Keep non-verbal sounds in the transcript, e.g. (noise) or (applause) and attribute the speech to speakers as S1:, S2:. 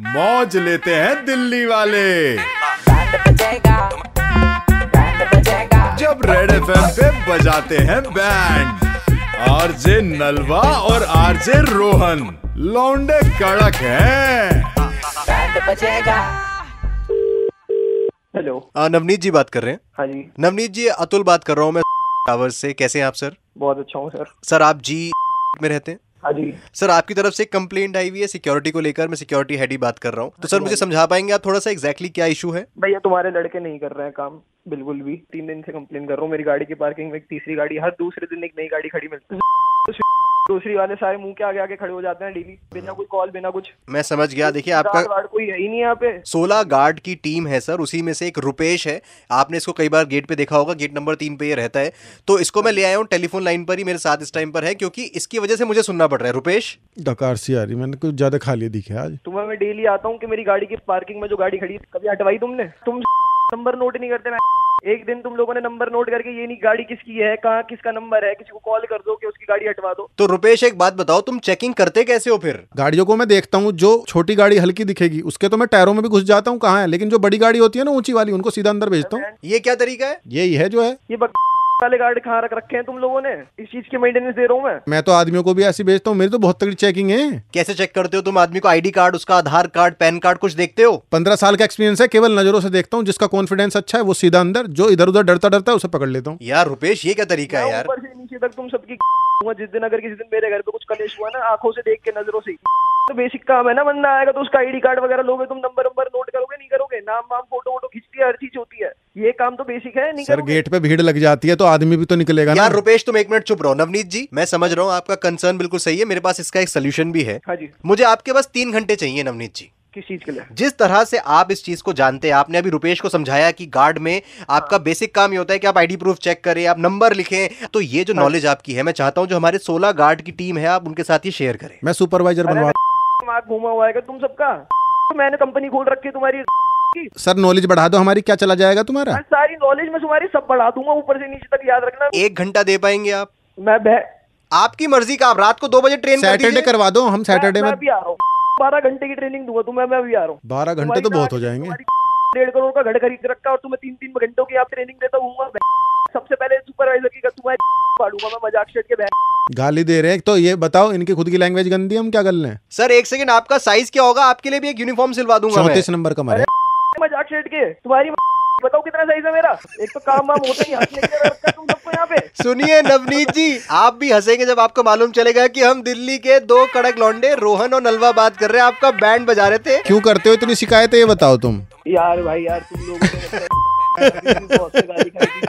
S1: मौज लेते हैं दिल्ली वाले जब रेड एफ पे बजाते हैं बैंड आरजे नलवा और आरजे रोहन लौंडे कड़क हैं
S2: हेलो
S3: आ, नवनीत जी बात कर रहे हैं
S2: हाँ जी
S3: नवनीत जी अतुल बात कर रहा हूँ मैं टावर से कैसे हैं आप सर
S2: बहुत अच्छा हूँ सर
S3: सर आप जी में रहते हैं
S2: हाँ जी
S3: सर आपकी तरफ से कंप्लेंट आई हुई है सिक्योरिटी को लेकर मैं सिक्योरिटी हेड ही बात कर रहा हूँ तो सर मुझे समझा पाएंगे आप थोड़ा सा एग्जैक्टली क्या इशू है
S2: भैया तुम्हारे लड़के नहीं कर रहे हैं काम बिल्कुल भी तीन दिन से कंप्लेन कर रहा हूँ मेरी गाड़ी की पार्किंग में एक तीसरी गाड़ी हर दूसरे दिन एक नई गाड़ी खड़ी मिलती है दूसरी वाले सारे मुंह के आगे आगे खड़े हो जाते हैं डेली बिना कोई कॉल बिना कुछ
S3: मैं समझ गया देखिए आपका
S2: गार्ड कोई है ही नहीं यहाँ पे
S3: सोलह गार्ड की टीम है सर उसी में से एक रुपेश है आपने इसको कई बार गेट पे देखा होगा गेट नंबर तीन पे ये रहता है तो इसको मैं ले आया हूँ टेलीफोन लाइन पर ही मेरे साथ इस टाइम पर है क्योंकि इसकी वजह से मुझे सुनना पड़ रहा है रुपेश
S4: डकार सी आ रही मैंने कुछ ज्यादा खा लिया दिखे आज
S2: तुम्हें मैं डेली आता हूँ कि मेरी गाड़ी की पार्किंग में जो गाड़ी खड़ी है कभी हटवाई तुमने तुम नंबर नोट नहीं करते मैं एक दिन तुम लोगों ने नंबर नोट करके ये नहीं गाड़ी किसकी है कहाँ किसका नंबर है किसी को कॉल कर दो कि उसकी गाड़ी हटवा दो
S3: तो रुपेश एक बात बताओ तुम चेकिंग करते कैसे हो फिर
S4: गाड़ियों को मैं देखता हूँ जो छोटी गाड़ी हल्की दिखेगी उसके तो मैं टायरों में भी घुस जाता हूँ कहाँ है लेकिन जो बड़ी गाड़ी होती है ना ऊंची वाली उनको सीधा अंदर भेजता हूँ
S3: ये क्या तरीका है
S4: यही है जो है
S2: ये बक वाले गार्ड कहाँ रख रखे हैं तुम लोगों ने इस चीज की मेंटेनेंस दे रहा हूँ मैं
S4: मैं तो आदमियों को भी ऐसी भेजता हूँ मेरी तो बहुत तगड़ी चेकिंग है
S3: कैसे चेक करते हो तुम आदमी को आईडी कार्ड उसका आधार कार्ड पैन कार्ड कुछ देखते हो
S4: पंद्रह साल का एक्सपीरियंस है केवल नजरों से देखता हूँ जिसका कॉन्फिडेंस अच्छा है वो सीधा अंदर जो इधर उधर डरता डरता है उसे पकड़ लेता हूँ
S3: यार रुपेश ये क्या तरीका है
S2: मैं
S3: यार
S2: ऊपर से नीचे तक तुम सबकी हुआ जिस दिन अगर किसी दिन मेरे घर पे कुछ कलेश हुआ ना आंखों से देख के नजरों से ही। तो बेसिक काम है ना बंदा आएगा तो उसका आईडी कार्ड वगैरह लोगे तुम नंबर नंबर नोट करोगे नहीं करोगे नाम वाम फोटो वोटो खींचती है हर चीज होती है ये काम तो बेसिक है नहीं
S4: सर
S2: करोगे
S4: गेट पे भीड़ लग जाती है तो आदमी भी तो निकलेगा ना
S3: यार रुपेश तुम एक मिनट चुप रहो नवनीत जी मैं समझ रहा हूँ आपका कंसर्न बिल्कुल सही है मेरे पास इसका एक सोल्यूशन भी है
S2: हाँ जी
S3: मुझे आपके पास तीन घंटे चाहिए नवनीत जी
S2: किस चीज के लिए
S3: जिस तरह से आप इस चीज को जानते हैं आपने अभी रुपेश को समझाया कि गार्ड में आपका
S2: हाँ।
S3: बेसिक काम ये होता है कि आप आईडी प्रूफ चेक करें आप नंबर लिखें तो ये
S2: हाँ।
S3: जो नॉलेज आपकी है मैं चाहता हूँ जो हमारे 16 गार्ड की टीम है आप उनके साथ ये शेयर करें
S4: मैं सुपरवाइजर बनवा
S2: दिमाग घूमा हुआ है क्या तुम सबका तो मैंने कंपनी खोल रखी है तुम्हारी की
S4: सर नॉलेज बढ़ा दो हमारी क्या चला जाएगा तुम्हारा
S2: आज सारी नॉलेज मैं तुम्हारी सब बढ़ा दूंगा ऊपर से नीचे तक याद रखना
S3: एक घंटा दे पाएंगे आप
S2: मैं बह
S3: आपकी मर्जी का आप रात को दो बजे ट्रेन कर
S4: सैटरडे
S3: दीजिए।
S4: करवा दो हम सैटरडे
S2: मैं
S4: में
S2: अभी आ रहा हूँ बारह घंटे की ट्रेनिंग दूंगा तुम्हें मैं अभी आ रहा हूँ
S4: बारह घंटे तो
S2: तुम्हारी
S4: बहुत हो
S2: गाड़ी-
S4: जाएंगे
S2: तुम्हारी (laughs) डेढ़ करोड़ का घर खरीद रखा और तुम्हें तीन तीन घंटों की आप ट्रेनिंग देता हूँ (laughs) सबसे पहले सुपरवाइजर की तुम्हारी (laughs) पालूंगा मैं मजाक शेट के बैठ
S4: गाली दे रहे हैं तो ये बताओ इनकी खुद की लैंग्वेज गंदी है हम क्या कर लें
S3: सर एक सेकंड आपका साइज क्या होगा आपके लिए भी एक यूनिफॉर्म सिलवा दूंगा मैं
S4: चौंतीस नंबर का हमारे
S2: (laughs) मजाक शेट के तुम्हारी (laughs) बताओ कितना साइज है मेरा एक तो काम वाम होता नहीं हंसने के लिए रखा है तुम सबको यहाँ पे
S3: सुनिए नवनीत जी आप भी हंसेंगे जब आपको मालूम चलेगा कि हम दिल्ली के दो कड़क लौंडे रोहन और नलवा बात कर रहे हैं आपका बैंड बजा रहे थे
S4: क्यों करते हो इतनी शिकायतें ये बताओ तुम
S2: यार भाई यार तुम लोगों ने (laughs)
S4: (laughs)
S2: मतलब बहुत से गाली खाई थी।